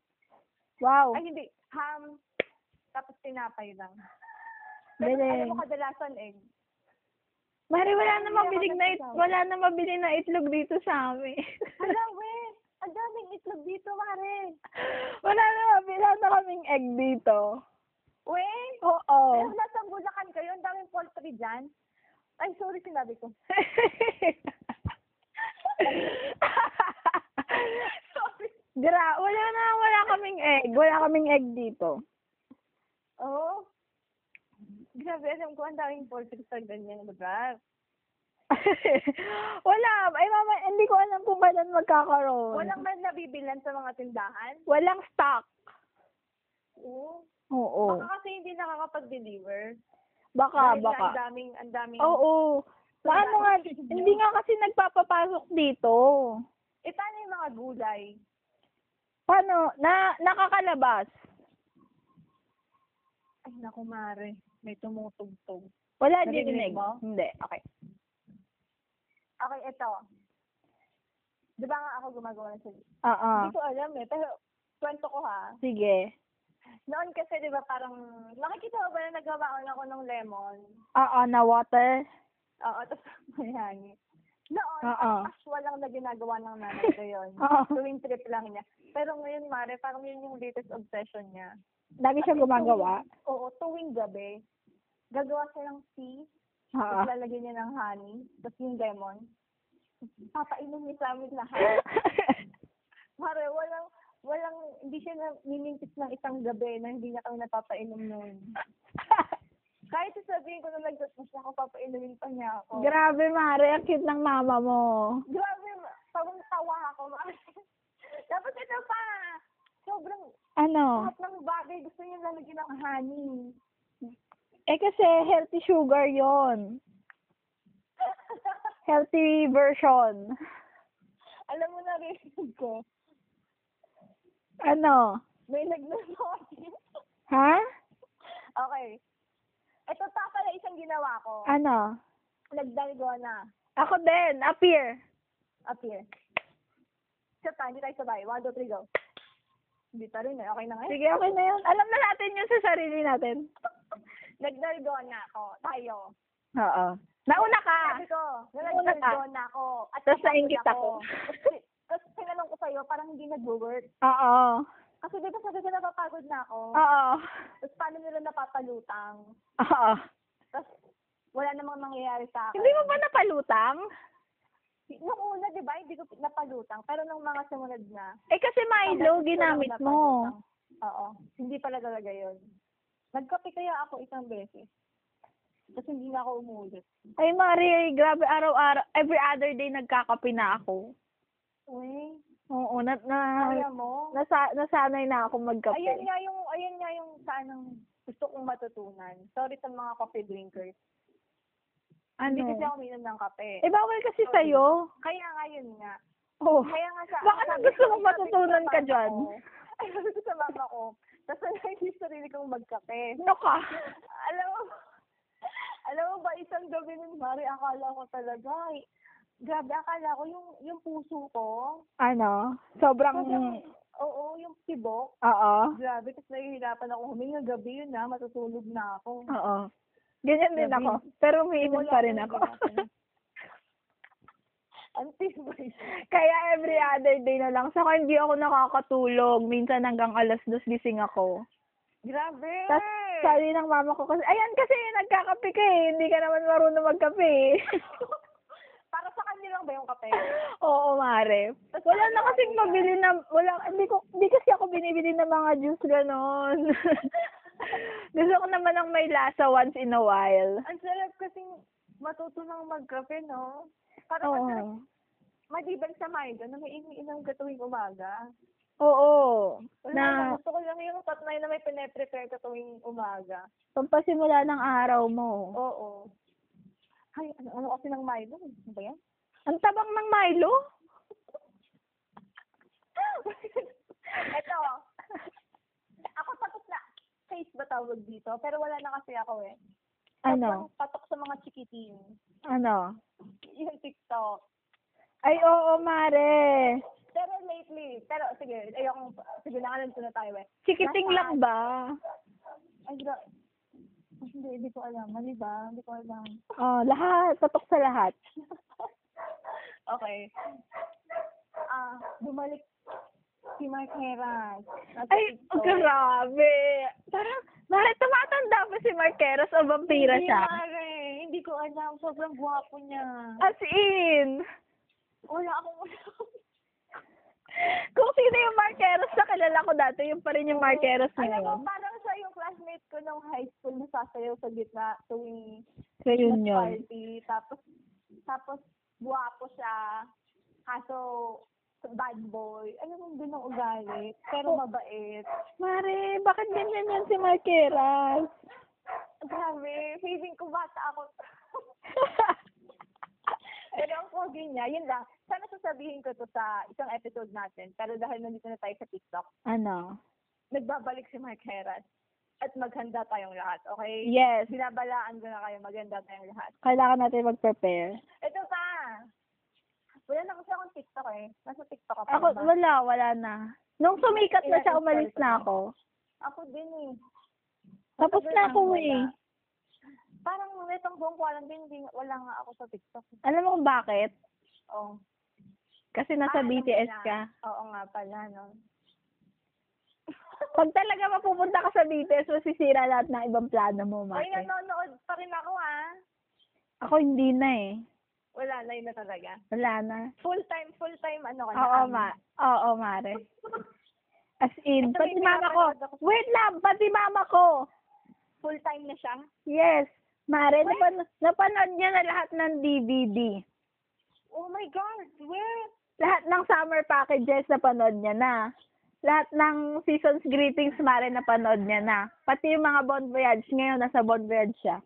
S1: Wow.
S2: Ay, hindi. Ham. Tapos tinapay lang. Pero
S1: Galing.
S2: alam mo kadalasan egg.
S1: Mari, wala
S2: Ay,
S1: na
S2: hindi ako
S1: mabilig na it,
S2: nagsasawa.
S1: wala na mabili na itlog dito sa amin.
S2: Hala, we. Ang daming itlog dito, mare.
S1: [LAUGHS] wala na mabili wala na kaming egg dito.
S2: We.
S1: Oo.
S2: Pero nasa Bulacan kayo. Ang daming poultry dyan. Ay, sorry sinabi ko. sorry.
S1: [LAUGHS] Gra, wala na, wala kaming egg. Wala kaming egg dito. [LAUGHS]
S2: Oo. Oh. Grabe, alam ko ang daming poultry sa ganyan lugar.
S1: wala. Ay, mama, hindi ko alam kung kailan magkakaroon.
S2: Walang man nabibilan sa mga tindahan.
S1: Walang stock.
S2: Oo. Oh.
S1: Oo.
S2: Baka kasi hindi nakakapag-deliver.
S1: Baka,
S2: Dahil nga Ang
S1: baka.
S2: daming, ang daming.
S1: Oo. Paano nga, hindi nga kasi nagpapapasok dito.
S2: E paano yung mga gulay?
S1: Paano? Na, nakakalabas.
S2: Ay, naku, mare. May tumutugtog.
S1: Wala
S2: Narinig
S1: dirinig.
S2: mo?
S1: Hindi.
S2: Okay. Okay, ito. Di ba nga ako gumagawa ng sarili?
S1: Oo.
S2: Hindi ko alam eh. Pero, kwento ko ha.
S1: Sige.
S2: Noon kasi, di ba, parang, nakikita mo ba na nagbabaon ako ng lemon?
S1: Oo, Uh-uh, na water.
S2: Oo, [LAUGHS] tapos mayani. Noon,
S1: Oo.
S2: ang casual lang na ginagawa ng nanay ko [LAUGHS] yun.
S1: Oo.
S2: Tuwing trip lang niya. Pero ngayon, Mare, parang yun yung latest obsession niya.
S1: Lagi siya gumagawa.
S2: Tuwing- Oo, tuwing gabi, gagawa siya ng tea,
S1: Oo.
S2: tapos lalagyan niya ng honey, tapos yung lemon. Papainom niya sa amin
S1: [LAUGHS]
S2: lahat. Mare, walang, walang, hindi siya na, ninintis ng isang gabi na hindi niya kami napapainom noon. Kahit sasabihin ko na nagtapos na ako, papainumin pa niya ako.
S1: [LAUGHS] Grabe, Mare. Ang cute ng mama mo.
S2: Grabe, ma- parang tawa ako. ma. [LAUGHS] Tapos ito pa, sobrang
S1: Ano?
S2: lahat ng bagay gusto niya lalagyan ng honey. [LAUGHS]
S1: Eh kasi healthy sugar yon Healthy version.
S2: Alam mo na rin ko,
S1: Ano?
S2: may nagluloy.
S1: Ha?
S2: [LAUGHS] okay. Ito pa pala isang ginawa ko.
S1: Ano?
S2: Nagdalgona.
S1: Ako din. Appear.
S2: Up here. Siya pa, hindi tayo sabay. One, two, three, go. Hindi pa rin eh. Okay na ngayon.
S1: Sige, okay na yun. Alam na natin yun sa sarili natin.
S2: Nagdalgona ako. Tayo.
S1: Oo. Nauna ka.
S2: Sabi ko,
S1: Nauna ka.
S2: nagdalgona ako. At
S1: Tapos
S2: napagod
S1: nainggit ako.
S2: Tapos tinanong ko sa'yo, parang hindi nag-work.
S1: Oo.
S2: Kasi di ba sabi ko napapagod na ako.
S1: Oo.
S2: Tapos paano nila napapalutang?
S1: Oo.
S2: Tapos wala namang nangyayari sa akin.
S1: Hindi mo ba napalutang?
S2: Nung una, di ba, hindi ko napalutang. Pero nung mga sumunod na.
S1: Eh kasi Milo,
S2: wala
S1: ginamit
S2: akong
S1: mo.
S2: napalutang. Oo. Hindi pala talaga yun. Nagkape kaya ako isang beses. Tapos hindi na ako umulit.
S1: Ay, Mari, grabe araw-araw. Every other day nagkakape na ako.
S2: Uy,
S1: Oo, na, na,
S2: kaya mo?
S1: nasa, nasanay na ako magkape.
S2: Ayan nga yung, ayan nga yung sanang gusto kong matutunan. Sorry sa mga coffee drinkers.
S1: ano?
S2: Hindi kasi ako minom ng kape.
S1: Eh, bawal kasi sa'yo.
S2: Kaya nga yun nga.
S1: Oh.
S2: Kaya nga sa...
S1: Baka nang gusto mong matutunan ka dyan.
S2: Ay, [LAUGHS] sabi ko sa mama ko. Tapos nanay yung sarili kong magkape. [LAUGHS]
S1: Ano ka?
S2: Alam mo, alam mo ba isang gabi nun, Mari, akala ko talaga, ay, Grabe, akala ko yung, yung puso ko,
S1: Ano? Sobrang,
S2: sobrang, oo, yung tibok.
S1: oo.
S2: Grabe, kasi nahihirapan ako huminga gabi yun na, matutulog na ako.
S1: Oo. Ganyan din
S2: Gabi.
S1: ako. Pero umiinom
S2: Wala
S1: pa rin
S2: akong
S1: ako.
S2: ginawa. Ang tibay.
S1: Kaya every other day na lang. Saka hindi ako nakakatulog. Minsan hanggang alas dos gising ako.
S2: Grabe!
S1: Tas,
S2: Hmm.
S1: Sabi ng mama ko kasi, ayan kasi nagkakape ka eh. Hindi ka naman marunong magkape
S2: [LAUGHS]
S1: eh."
S2: [LAUGHS] Para sa kanila lang ba yung kape?
S1: Oo, mare.
S2: Tas
S1: Wala
S2: ano,
S1: na kasing
S2: ano yun?
S1: mabili na, wala, hindi ko, hindi kasi ako binibili ng mga juice ganon. [LAUGHS] Gusto ko naman ng may lasa once in a while.
S2: Ang sarap kasing matuto nang magkape, no? Parang ang sarap,
S1: Oo.
S2: maliban sa Milo, na may iniinom ka tuwing umaga.
S1: Oo.
S2: Wala
S1: Na,
S2: lang, gusto ko lang yung tatnay na may pinaprepare ka tuwing umaga.
S1: pampasimula ng araw mo.
S2: Oo. Ay, ano, ano kasi ng Milo? Ano ba yan? [LAUGHS]
S1: Ang tabang ng Milo?
S2: Ito. Ako patok na. Face ba tawag dito? Pero wala na kasi ako eh.
S1: Ano?
S2: Patok- Patok sa mga chikiting.
S1: Ano?
S2: [LAUGHS] Yung TikTok.
S1: Ay, oo, mare.
S2: Pero lately, pero sige, ayokong, sige, nakalanto na tayo eh.
S1: Chikiting lang ba?
S2: Ay, gra- Ay, hindi, hindi ko alam. Mali ba? Hindi ko alam.
S1: Oh, lahat. Patok sa lahat.
S2: Okay. Ah, bumalik si Mark Heras.
S1: Ay, grabe. Parang, bakit tumatanda pa si Marqueros o vampira
S2: Hindi,
S1: siya?
S2: Mare. Hindi ko alam. Sobrang gwapo niya.
S1: As in,
S2: Wala akong
S1: kung sino yung Marqueros na kilala ko dati, yung pa rin yung Marqueros
S2: Alam mo,
S1: ngayon.
S2: parang siya yung classmate ko nung high school na sasayaw sa gitna tuwing Christmas
S1: Reunion.
S2: party. Tapos, tapos, guwapo siya. Kaso, bad boy. Alam mo, doon ang ugali.
S1: Oh.
S2: Pero mabait.
S1: Mare, bakit ganyan yan si Marqueros? [LAUGHS]
S2: Grabe, feeling ko bata ako. [LAUGHS] Pero ang pogi niya, yun lang. Sana sasabihin ko to sa isang episode natin. Pero dahil nandito na tayo sa TikTok,
S1: ano?
S2: nagbabalik si Mark Heras. At maghanda tayong lahat, okay?
S1: Yes,
S2: Binabalaan ko na kayo, maghanda tayong lahat.
S1: kailangan natin mag-prepare.
S2: Ito pa! Wala na kasi akong TikTok eh. Nasa TikTok ako.
S1: Ako, wala, wala na. Nung sumikat na siya, umalis na ako.
S2: Ako din eh.
S1: Tapos na ako
S2: Wala.
S1: eh.
S2: Parang itong buong quarantine, hindi, wala nga ako sa TikTok.
S1: Alam mo kung bakit?
S2: Oh.
S1: Kasi nasa
S2: Ah, alam ko
S1: BTS
S2: na.
S1: ka.
S2: Oo nga pala, no?
S1: Pag talaga mapupunta ka sa BTS, masisira lahat ng ibang plano mo,
S2: Ay,
S1: Mate.
S2: ano? nanonood pa rin ako, ah.
S1: Ako hindi na eh.
S2: Wala, na yun na talaga.
S1: Wala na.
S2: Full-time, full-time, ano ka na?
S1: Oo,
S2: ano?
S1: ma. Oo, mare. As in,
S2: Ito,
S1: pati
S2: may
S1: mama ko.
S2: pinapanood ako.
S1: Wait lang, pati mama ko.
S2: Full-time na siya?
S1: Yes. Mare,
S2: What?
S1: napan- napanood niya na lahat ng DVD.
S2: Oh my God, where?
S1: Lahat ng summer packages, napanood niya na. Lahat ng season's greetings, Mare, napanood niya na. Pati yung mga Bon Voyage. Ngayon, nasa Bon Voyage siya.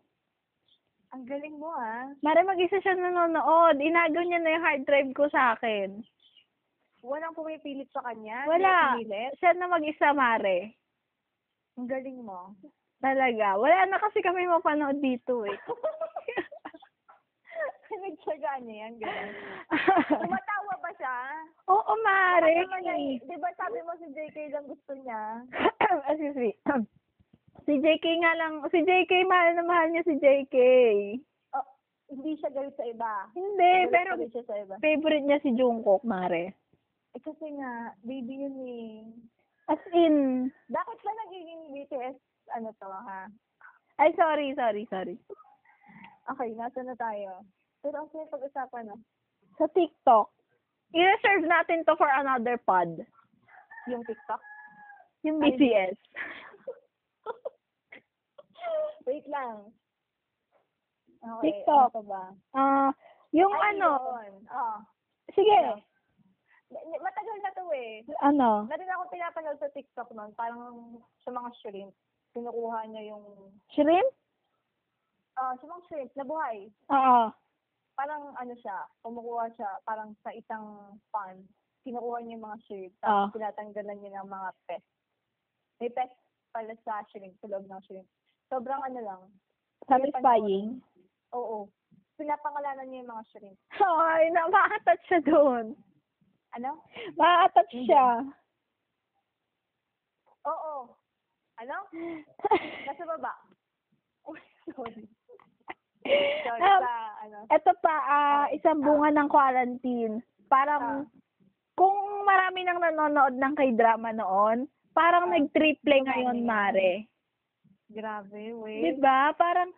S2: Ang galing mo, ah.
S1: Mare, mag-isa siya nanonood. Inagaw niya na yung hard drive ko sa akin.
S2: Walang pumipilit sa kanya?
S1: Wala.
S2: Hindi pilit?
S1: Siya na mag-isa, Mare.
S2: Ang galing mo. [LAUGHS]
S1: Talaga. Wala na kasi kami mapanood dito eh.
S2: Pinagsaga niya yan, galing. Tumatawa ba siya?
S1: [LAUGHS] Oo, Mare.
S2: Ano niya, Di ba sabi mo si JK lang gusto niya?
S1: [COUGHS] Excuse me. si JK nga lang. Si JK, mahal na mahal niya si JK.
S2: Oh, hindi siya galit sa iba.
S1: Hindi, Eh,
S2: Galit
S1: pero
S2: pa rin siya sa iba.
S1: favorite niya si Jungkook, Mare.
S2: Eh, kasi nga, baby yun eh.
S1: As in,
S2: Bakit ka nagiging BTS, ano to, ha?
S1: ay sorry, sorry, sorry.
S2: Okay, nasa na tayo. Pero ang sarap pag-usapan, no?
S1: Sa TikTok, i-reserve natin to for another pod.
S2: Yung TikTok.
S1: Yung
S2: Ay.
S1: BTS.
S2: Wait lang. Okay,
S1: TikTok.
S2: Ano pa ba?
S1: Ah, yung
S2: Ay,
S1: ano,
S2: yun. Oo.
S1: sige,
S2: Ano? Ma- Matagal na to eh.
S1: ano,
S2: Meron akong pinapanood sa TikTok noon, parang sa mga shrimp. Kinukuha niya yung,
S1: shrimp?
S2: ah, sa mga shrimp na buhay.
S1: Oo.
S2: Parang ano siya, kumukuha siya parang sa isang pond. Kinukuha niya yung mga shrimp,
S1: Ah.
S2: tapos tinatanggalan niya ng mga pest. May pest pala sa shrimp, sa loob ng shrimp. Sobrang ano lang,
S1: Satisfying.
S2: oo. pinapangalanan niya yung mga shrimp.
S1: Ay, na, ma-attach siya doon.
S2: Ano?
S1: Ma-attach siya.
S2: Oo. Ano? Nasa baba. [LAUGHS] Uy, sorry. [LAUGHS] Sorry,
S1: Um,
S2: sa ano.
S1: Ito pa, ah, isang bunga ng quarantine.
S2: Ah.
S1: Parang, kung marami nang nanonood ng k-drama noon, parang
S2: Ah.
S1: nag-triple
S2: Marami
S1: ngayon,
S2: na.
S1: Mare.
S2: Grabe, wait.
S1: Di ba? Parang,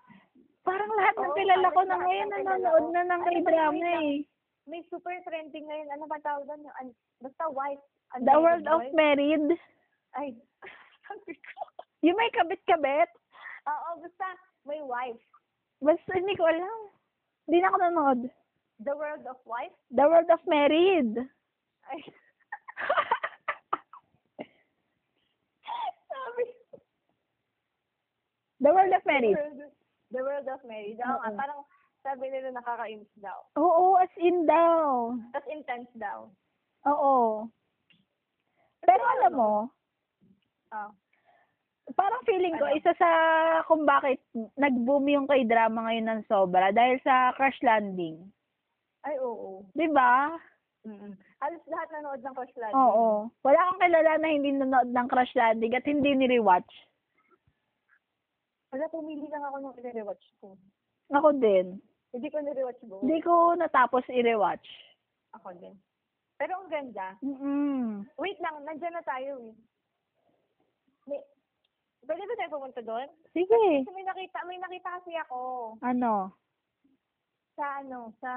S1: parang lahat ng
S2: Oo,
S1: kilala ko
S2: parang
S1: na
S2: lahat
S1: ngayon
S2: ng kilala
S1: nanonood
S2: ko.
S1: na ng
S2: Ay, wait,
S1: k-drama
S2: wait lang.
S1: eh.
S2: May super trending ngayon. Ano ba tawag doon? Yung an- Basta wife. Ano
S1: The
S2: yun,
S1: World of
S2: wife?
S1: Married.
S2: Ay. [LAUGHS] Sabi ko.
S1: Yung may kabit-kabit.
S2: Oo, basta may wife.
S1: Basta hindi ko alam. Hindi na ako nanood.
S2: The world of wife?
S1: The World of Married.
S2: Ay. [LAUGHS] Sabi ko.
S1: The World of
S2: The
S1: Married.
S2: world of, the world of marriage. Oo nga,
S1: Oo.
S2: parang sabi nila nakakainis daw.
S1: Oo, as in daw.
S2: Tapos intense daw.
S1: Oo. Pero alam mo,
S2: Oh.
S1: parang feeling ko,
S2: Ano?
S1: isa sa kung bakit nag-boom yung k-drama ngayon ng sobra dahil sa Crash Landing.
S2: Ay, oo.
S1: Di ba?
S2: Mm-mm. Halos lahat nanood ng Crush Landing.
S1: Oo. Wala akong kilala na hindi nanood ng Crash Landing at hindi nirewatch.
S2: Wala, pumili lang ako nung nire-watch ko.
S1: Ako din.
S2: Hindi ko nire-watch buo.
S1: Hindi ko natapos i-rewatch.
S2: Ako din. Pero ang ganda.
S1: Mm-mm.
S2: Wait lang, nandyan na tayo eh. May, pwede ba tayo pumunta doon?
S1: Sige.
S2: Kasi may nakita, may nakita kasi ako
S1: Ano?
S2: sa ano, sa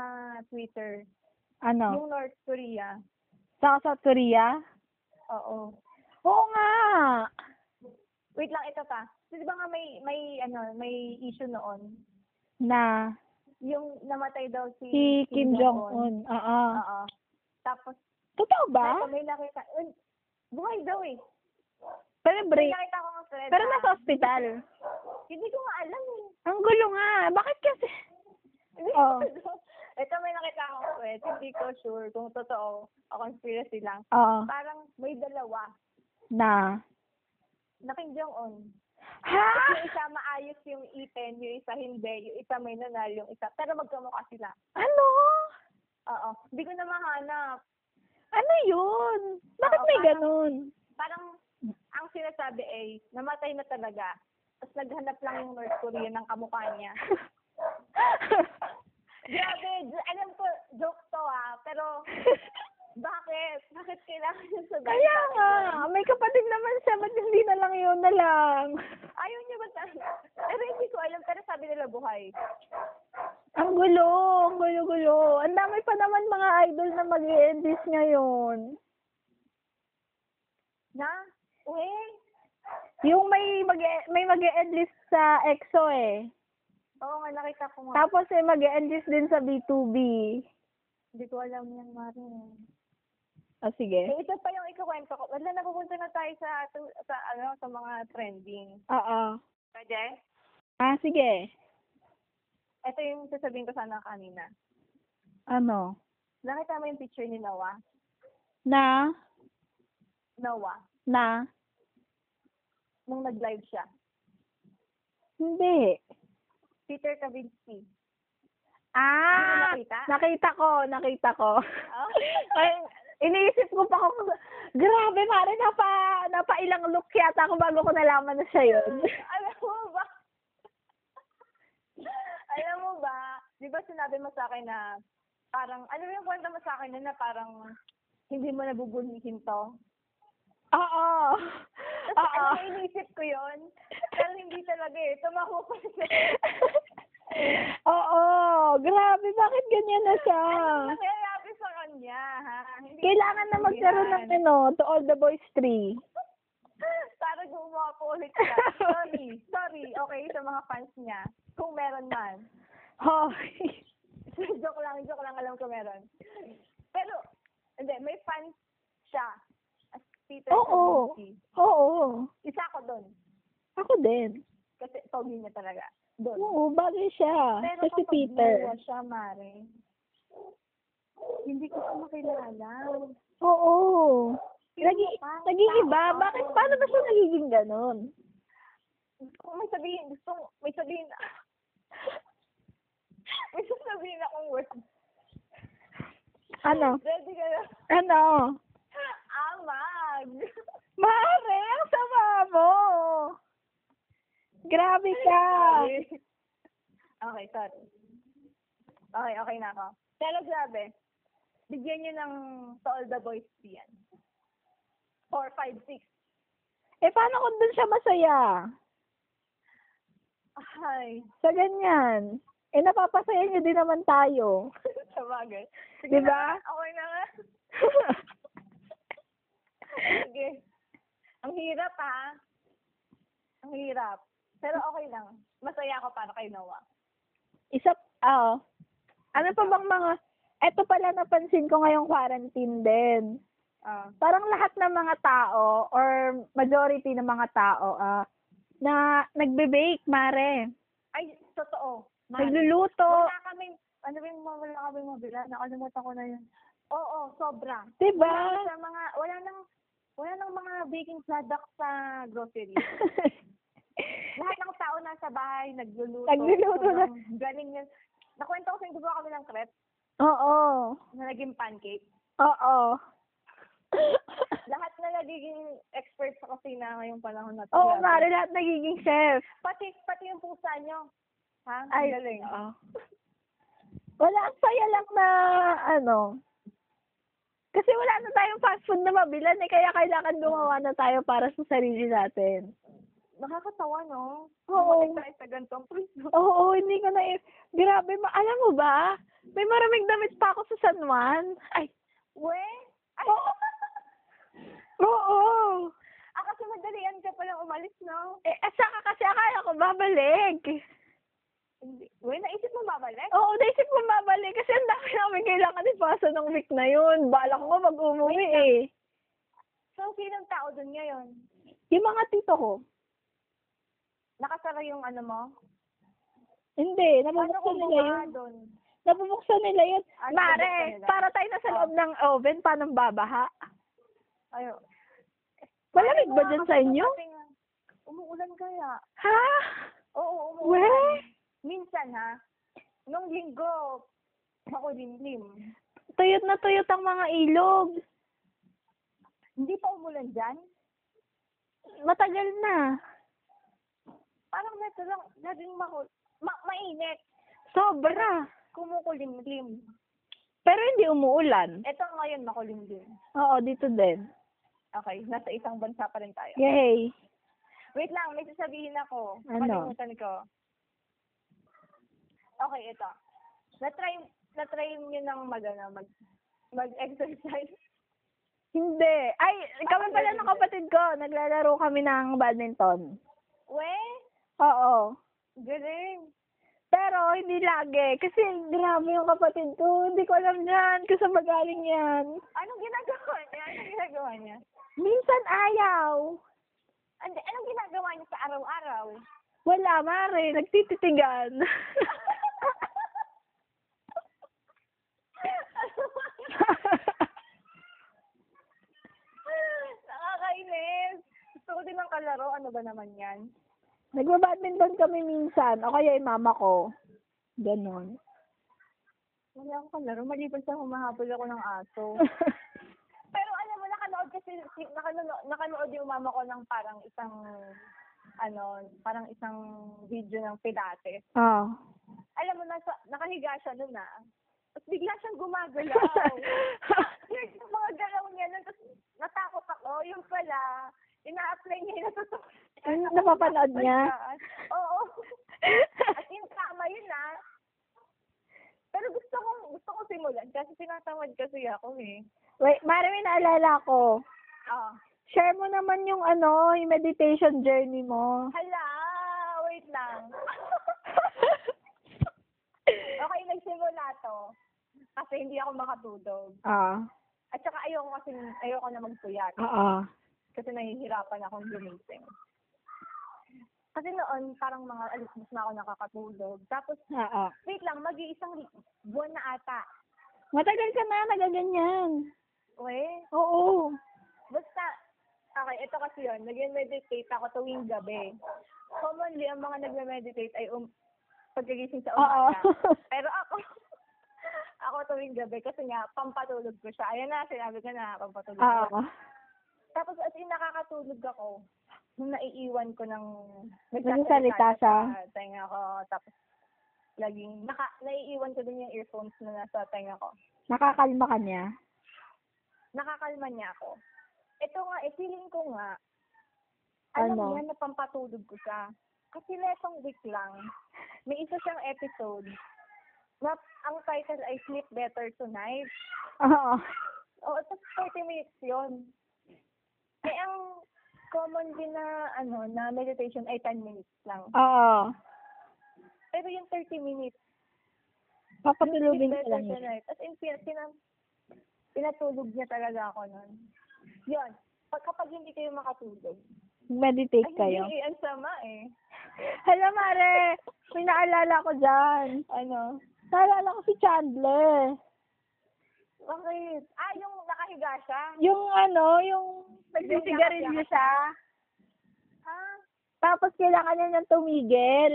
S2: Twitter.
S1: Ano?
S2: Yung North Korea.
S1: Sa South Korea?
S2: Oo.
S1: Oo nga!
S2: Wait lang, ito pa. So, di ba nga may, may, ano, may issue noon?
S1: Na
S2: Yung namatay daw si,
S1: si Kim Jong-un. Oo.
S2: Oo. Tapos,
S1: Totoo ba?
S2: eto, may nakita. Un, buhay daw eh.
S1: Pero
S2: May
S1: break.
S2: nakita ko ng thread.
S1: Pero
S2: ah.
S1: nasa hospital.
S2: Hindi ko nga alam eh.
S1: Ang gulo nga. Bakit kasi?
S2: Hindi ko
S1: Oo.
S2: alam. Ito may nakita akong thread. Hindi ko sure kung totoo o conspiracy lang.
S1: Oo.
S2: Parang may dalawa
S1: Na.
S2: na Kim Jong-un.
S1: Ha?
S2: Yung isa maayos yung ipin, yung isa hindi, yung isa may nanal, yung isa. Pero magkamukha sila.
S1: Ano?
S2: Oo. Hindi ko na mahanap.
S1: Ano yun? Bakit
S2: Oo,
S1: may
S2: parang- [LAUGHS]
S1: ganun?
S2: Parang ang sinasabi ay, namatay na talaga. Tapos naghanap lang yung North Korea ng kamukha
S1: [LAUGHS]
S2: niya. Grabe, j- alam ko, joke to ah.
S1: [LAUGHS]
S2: Pero, bakit? Bakit kailangan yung sabihin?
S1: Kaya nga. May kapatid naman siya. Ba't hindi na lang yun na lang?
S2: Ayaw niya ba talaga? [LAUGHS] Pero hindi ko alam, pero sabi nila buhay.
S1: Ang gulo. Ang gulo-gulo. Ang dami pa naman mga idol na mag enlist ngayon.
S2: Na? Uwe?
S1: Yung may mag may mag enlist sa EXO eh.
S2: Oo nga, nakita ko nga.
S1: Tapos eh mag enlist din sa B2B.
S2: Hindi ko alam yan, Mari.
S1: Ah, sige.
S2: Eh, ito pa yung ikukwento ko. Wala, napupunta na tayo sa, tu- sa, ano, sa mga trending.
S1: Oo.
S2: Pwede?
S1: Ah, sige.
S2: Ito yung sasabihin ko sana kanina.
S1: Ano?
S2: Nakita mo yung picture ni Noah?
S1: Na?
S2: Noah,
S1: Na?
S2: nung nag-live siya.
S1: Hindi.
S2: Peter Kavinsky. Hindi mo
S1: Ah!
S2: nakita?
S1: Nakita ko, nakita ko.
S2: Oh.
S1: Ay, iniisip ko pa kung, grabe pare, napa, napailang look yata ako bago ko nalaman na siya
S2: [LAUGHS]
S1: yun.
S2: [LAUGHS] Alam mo ba? [LAUGHS] Alam mo ba? Di ba sinabi mo sa akin na parang, ano yung kwento mo sa akin na, na parang hindi mo nabubunihin to?
S1: Oo.
S2: Tapos
S1: Oo.
S2: alam mo, iniisip ko yon Pero hindi talaga eh. Tumako ko siya.
S1: [LAUGHS] Oo. Grabe, bakit ganyan na siya?
S2: Ano nangyayari sa kanya, ha? Hindi
S1: Kailangan na magkaroon ng ano, to all the boys 3.
S2: Para gumawa po ulit
S1: [LAUGHS]
S2: siya. Sorry. Sorry. Okay, sa mga fans niya. Kung meron man. [LAUGHS]
S1: Hoy. [LAUGHS]
S2: joke lang, joke lang. Alam ko meron. Pero, hindi. May fans siya. As Peter
S1: Oo.
S2: Kavinsky.
S1: Oo.
S2: Isa ako doon.
S1: Ako din.
S2: Kasi pogi niya talaga. Doon.
S1: Oo, bagay siya.
S2: Pero
S1: Siya si
S2: kapag
S1: Peter.
S2: gumawa siya, Mare, hindi ko siya makilala.
S1: Oo.
S2: Sino
S1: Naging,
S2: pa?
S1: naging iba.
S2: Tao.
S1: Bakit? Paano ba siya nagiging ganun?
S2: Kung may sabihin, gusto, may sabihin, [LAUGHS] May sasabihin akong word.
S1: Ano?
S2: Ready ka na? [LAUGHS] Ah,
S1: Ano?
S2: Amag!
S1: Mare, ang sama mo! Grabe ka!
S2: Sorry. okay, sorry. Okay, okay na ako. Pero grabe, bigyan niyo ng to all the boys yan. 4, 5, 6.
S1: Eh, paano kung dun siya masaya?
S2: Ay, [LAUGHS]
S1: Sa ganyan. Eh, napapasaya niyo din naman tayo.
S2: sabagay.
S1: Di ba?
S2: na, okay na nga. Sige. Ang hirap ha. Ang hirap. Pero okay lang. Masaya ako para kay Noah.
S1: Isa, ah, ano pa bang mga, eto pala napansin ko ngayong quarantine din.
S2: Ah.
S1: Parang lahat ng mga tao, or majority ng mga tao, ah, na nagbe-bake, mare.
S2: Ay, totoo. Mahal.
S1: Nagluluto.
S2: Wala kami, ano ba yung mawala kami mabila? Nakalimutan ko na yun. Oo, sobra.
S1: Diba?
S2: Wala sa mga, wala nang, wala nang mga baking products sa grocery.
S1: [LAUGHS]
S2: Lahat ng tao nasa bahay, nagluluto.
S1: Nagluluto na.
S2: Sobrang Galing yun. Nakwento ko sa inyo, gumawa kami ng crepe
S1: Oo.
S2: na naging pancake.
S1: Oo.
S2: [LAUGHS] Lahat na nagiging expert sa kusina ngayong panahon na to.
S1: Oo,
S2: Grabe.
S1: mare, lahat nagiging chef.
S2: Pati, pati yung pusa nyo. Ha? Ang
S1: Ay,
S2: galing.
S1: oo.
S2: ah.
S1: Wala, ang saya lang na, ano, kasi wala na tayong fast food na mabilan eh, kaya kailangan gumawa na tayo para sa sarili natin.
S2: Nakakatawa, no?
S1: Oo.
S2: Bumalik tayo sa ganitong puso.
S1: Oo, hindi ko na, grabe, ma- alam mo ba, may maraming damit pa ako sa San Juan. Ay,
S2: We? Ay,
S1: Oo. oo.
S2: ah, kasi madalian ka palang umalis, no?
S1: Eh, at saka kasi akala ko babalik.
S2: Hindi. We, naisip mo babalik?
S1: Oo, naisip ko babalik kasi ang dami namin kailangan ipasa ng week na yun. Balak ko mag-umuwi eh.
S2: So, sinong tao dun ngayon?
S1: Yung mga tito ko,
S2: Nakasara yung ano mo?
S1: hindi,
S2: Paano
S1: nabubuksan
S2: kung
S1: nila
S2: buka
S1: yun.
S2: dun?
S1: Nabubuksan nila yun.
S2: Ah, nabubuksan
S1: Mare,
S2: nila.
S1: para tayo nasa
S2: Oh.
S1: loob ng oven, paano babaha?
S2: Ayo.
S1: Malamig ba dyan sa inyo?
S2: Umuulan kaya?
S1: Ha?
S2: Oo, umuulan.
S1: We?
S2: Minsan, ha? Nung linggo, makulimlim.
S1: Tuyot na tuyot ang mga ilog.
S2: Hindi pa umulan dyan?
S1: Matagal na.
S2: Parang neto lang, naging makul... Ma mainit.
S1: Sobra.
S2: Kumukulimlim.
S1: Pero hindi umuulan.
S2: Ito ngayon, makulimlim.
S1: Oo, dito din.
S2: Okay, nasa isang bansa pa rin tayo.
S1: Yay.
S2: Wait lang, may sasabihin ako.
S1: Ano?
S2: Kalimutan ko. Okay, ito. Na-try, na-try nyo nang mag, ano, mag, mag-exercise. [LAUGHS]
S1: Hindi. Ay, kami
S2: Bakit
S1: pala
S2: hindi?
S1: ng kapatid ko. Naglalaro kami ng badminton.
S2: We,
S1: Oo.
S2: galing.
S1: Pero hindi lagi. Kasi grabe yung kapatid ko. Hindi ko alam yan. Kasi magaling yan.
S2: Anong ginagawa niya? Anong ginagawa niya?
S1: Minsan ayaw.
S2: Ande, anong ginagawa niya sa araw-araw? [LAUGHS]
S1: Wala, mare. Nagtititigan. [LAUGHS]
S2: Nakakainis. Gusto ko din ng kalaro. Ano ba naman yan?
S1: Nagbabadminton kami minsan. O kaya yung mama ko. [LAUGHS] Ganon.
S2: Wala akong kalaro. Maliban sa humahabol ako ng aso. Pero alam mo, nakanood kasi, si- nakanood, nakanood yung mama ko ng parang isang, ano, parang isang video ng Pilates.
S1: Oo.
S2: Alam mo, nasa, nakahiga siya nun ah. Tapos bigla siyang
S1: [LAUGHS]
S2: gumagalaw. yung yung mga galaw niya nun, tapos natakot ako. Yung pala, ina-apply niya
S1: [LAUGHS]
S2: yung natutok.
S1: Ano, napapanood niya?
S2: Oo. At yung tama yun ah. Pero gusto kong, gusto kong simulan kasi tinatamad kasi ako eh. Ah.
S1: Wait, mare, may naalala ko.
S2: Oo.
S1: Share mo naman yung ano, yung meditation journey mo.
S2: Hala, wait lang. okay, nagsimula to. Kasi hindi ako makatulog.
S1: Ah,
S2: At saka ayoko kasi, ayoko na magpuyat.
S1: oo.
S2: Kasi nahihirapan akong gumising. Kasi noon, parang mga alas mas na ako nakakatulog. Tapos,
S1: Oo.
S2: wait lang, mag-iisang buwan na ata.
S1: Matagal ka na nagaganyan.
S2: We,
S1: Oo.
S2: basta, okay, ito kasi yun, nag-meditate ako tuwing gabi. Commonly, ang mga nagme-meditate ay um, pagkagising sa
S1: Oo.
S2: umaga. Pero ako, [LAUGHS] ako tuwing gabi kasi nga, pampatulog ko siya. Ayan na, sinabi ko na, pampatulog ko
S1: [LAUGHS] Oo.
S2: Tapos as in, nakakatulog ako nung naiiwan ko ng
S1: Nagsasalita siya.
S2: sa tenga ko. Tapos laging, naka, naiiwan ko din yung earphones na nasa tenga ko.
S1: Nakakalma ka niya.
S2: Nakakalma niya ako. Ito nga, eh, feeling ko nga, alam
S1: Ano?
S2: niya na pampatulog ko siya. Kasi lesong week lang, may isa siyang episode na ang title ay Sleep Better Tonight.
S1: Oo.
S2: Oo, tapos 30 minutes yun. Eh, ang common din na, ano, na meditation ay 10 minutes lang.
S1: Oo.
S2: Pero yung 30 minutes,
S1: Papatulugin ka
S2: it's better
S1: lang niya.
S2: tonight. As in, pina, pina, pinatulog niya talaga ako nun. Yun. Pag, kapag hindi kayo makatulog.
S1: Meditate
S2: ay,
S1: kayo.
S2: hindi, eh, ang sama eh.
S1: Hello, Mare! May naalala ko dyan.
S2: Ano?
S1: Naalala ko si Chandler.
S2: Bakit? Ah, yung nakahiga siya.
S1: Yung ano, yung nagsisigarilyo siya.
S2: Ah,
S1: Tapos kailangan niya niyang tumigil.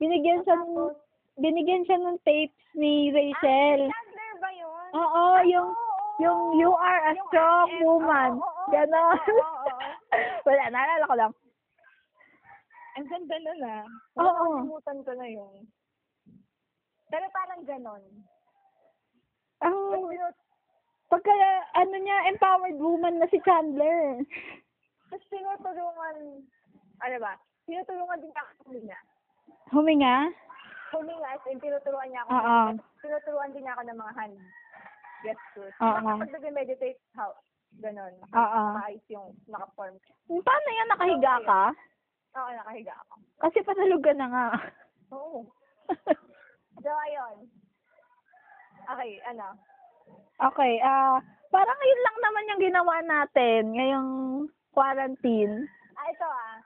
S1: Binigyan siya ng,
S2: tapos,
S1: binigyan siya ng tapes ni
S2: Ah,
S1: Rachel.
S2: Chandler ba yun?
S1: Oo, yung Oh. yung you are a
S2: Yung
S1: strong
S2: SS,
S1: woman.
S2: oo, oo, oo.
S1: Ganon.
S2: Oo, oo, oo.
S1: [LAUGHS] Wala, naalala ko lang.
S2: Ang ganda nun ah.
S1: Oo.
S2: Nakalimutan ko na yun. Pero parang ganon.
S1: Ang pagka ano niya, empowered woman na si Chandler.
S2: Tapos tinutulungan, ano ba, tinutulungan din ako huminga.
S1: Huminga?
S2: Huminga as in, tinutulungan niya ako.
S1: Oo.
S2: Tinutulungan din niya ako ng mga hand gestures.
S1: Oo.
S2: Kapag nag-meditate, how? Ganon.
S1: Oo.
S2: Maayos yung nakaform.
S1: Paano yan, nakahiga ka?
S2: Oo, nakahiga ako.
S1: Kasi patulog ka na nga. [LAUGHS]
S2: Oo. So, ayun. Okay, ano?
S1: okay, ah, parang yun lang naman yung ginawa natin ngayong quarantine.
S2: Ah, ito ah.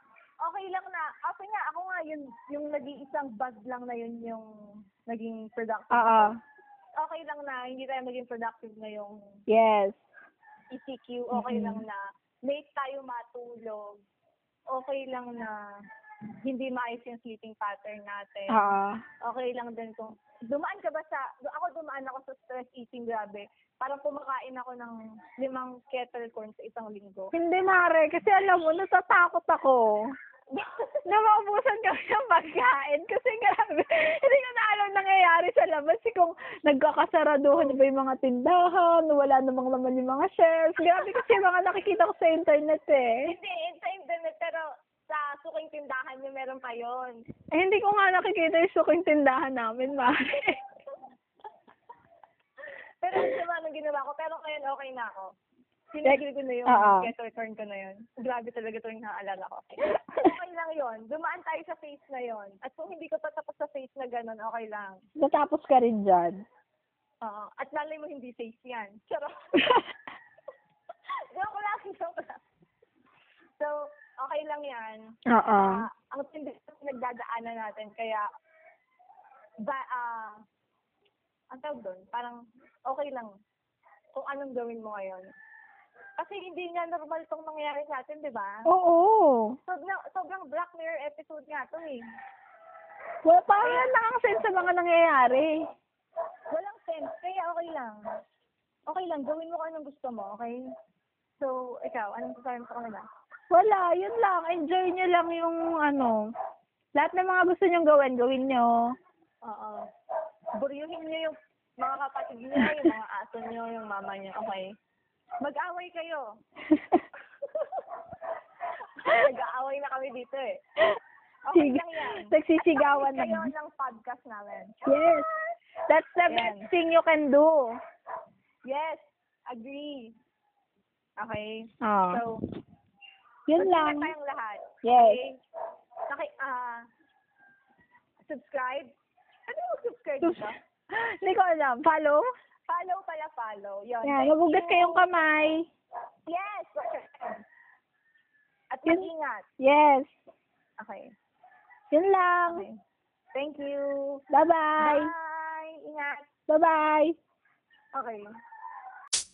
S2: Okay lang na. ah, Okay nga, ako nga yun, yung nag-iisang buzz lang na yun yung naging productive.
S1: Oo.
S2: Okay lang na, hindi tayo maging productive na yung
S1: Yes.
S2: ECQ. Okay
S1: Mhm.
S2: lang na late tayo matulog. Okay lang na hindi maayos yung sleeping pattern natin.
S1: Oo.
S2: Okay lang din kung dumaan ka ba sa, du- ako dumaan ako sa stress eating, grabe. Parang kumakain ako ng limang kettle corn sa isang linggo. [LAUGHS]
S1: Hindi, Mare, kasi alam mo, natatakot ako. na maubusan kami ng pagkain kasi grabe, [LAUGHS] hindi ko na alam nangyayari sa labas. Eh, Kung nagkakasaraduhan na ba yung mga tindahan, wala namang laman yung mga shelves. Grabe kasi yung mga nakikita ko sa internet eh.
S2: Hindi, it's sa internet, pero sa suking tindahan niyo meron pa yon.
S1: eh hindi ko nga nakikita yung suking tindahan namin, Mare. [LAUGHS]
S2: Pero ang sama ng ginawa ko, pero ngayon okay na ako. Sinigil ko na yung
S1: Oo.
S2: get return ko na yun. Grabe talaga ito yung naaalala ko. Okay lang yon Dumaan tayo sa phase na yon At kung hindi ka pa tapos sa phase na ganun, okay lang.
S1: Natapos ka rin dyan. [LAUGHS]
S2: Oo. At lalay mo hindi phase yan. Charot. [LAUGHS] joke lang, joke lang. So, okay lang yan.
S1: Oo.
S2: Ah, ang tindi na pinagdadaanan natin kaya ba ah ang tawag doon, parang okay lang kung anong gawin mo ngayon. Kasi hindi nga normal itong nangyayari sa atin, di ba?
S1: Oo.
S2: Sobrang, sobrang Black Mirror episode nga ito eh.
S1: Wala pa yan nakakasense sa mga nangyayari.
S2: Walang sense, kaya okay lang. Okay lang, gawin mo kung anong gusto mo, okay? So, ikaw, anong sasabi mo sa kanila?
S1: Wala, yun lang. Enjoy nyo lang yung ano. Lahat ng mga gusto nyong gawin, gawin [LAUGHS] nyo.
S2: Oo. Buryuhin niyo yung mga kapatid niyo, yung mga aso niyo, yung mama niyo, okay? Mag-away
S1: [LAUGHS]
S2: kayo. Nag-aaway na kami dito eh. Okay
S1: Sige.
S2: lang yan.
S1: Nagsisigawan
S2: At
S1: naman.
S2: kayo ng podcast namin.
S1: Yes. That's the
S2: Yan.
S1: best thing you can do.
S2: Yes. Agree. Okay.
S1: Ah.
S2: So,
S1: yun
S2: mag-ingat
S1: lang.
S2: tayong lahat.
S1: Yes. [GASPS]
S2: Okay? Naki, ah, subscribe. Ano yung subscribe dito?
S1: Hindi ko alam. Follow?
S2: Follow pala, follow. Yun.
S1: Yan. Magugat kayong kamay.
S2: Yes! At
S1: Yun.
S2: mag-ingat.
S1: Yes.
S2: Okay.
S1: Yun lang.
S2: Okay. Thank you.
S1: Bye-bye.
S2: Bye. Ingat.
S1: Bye-bye.
S2: Okay.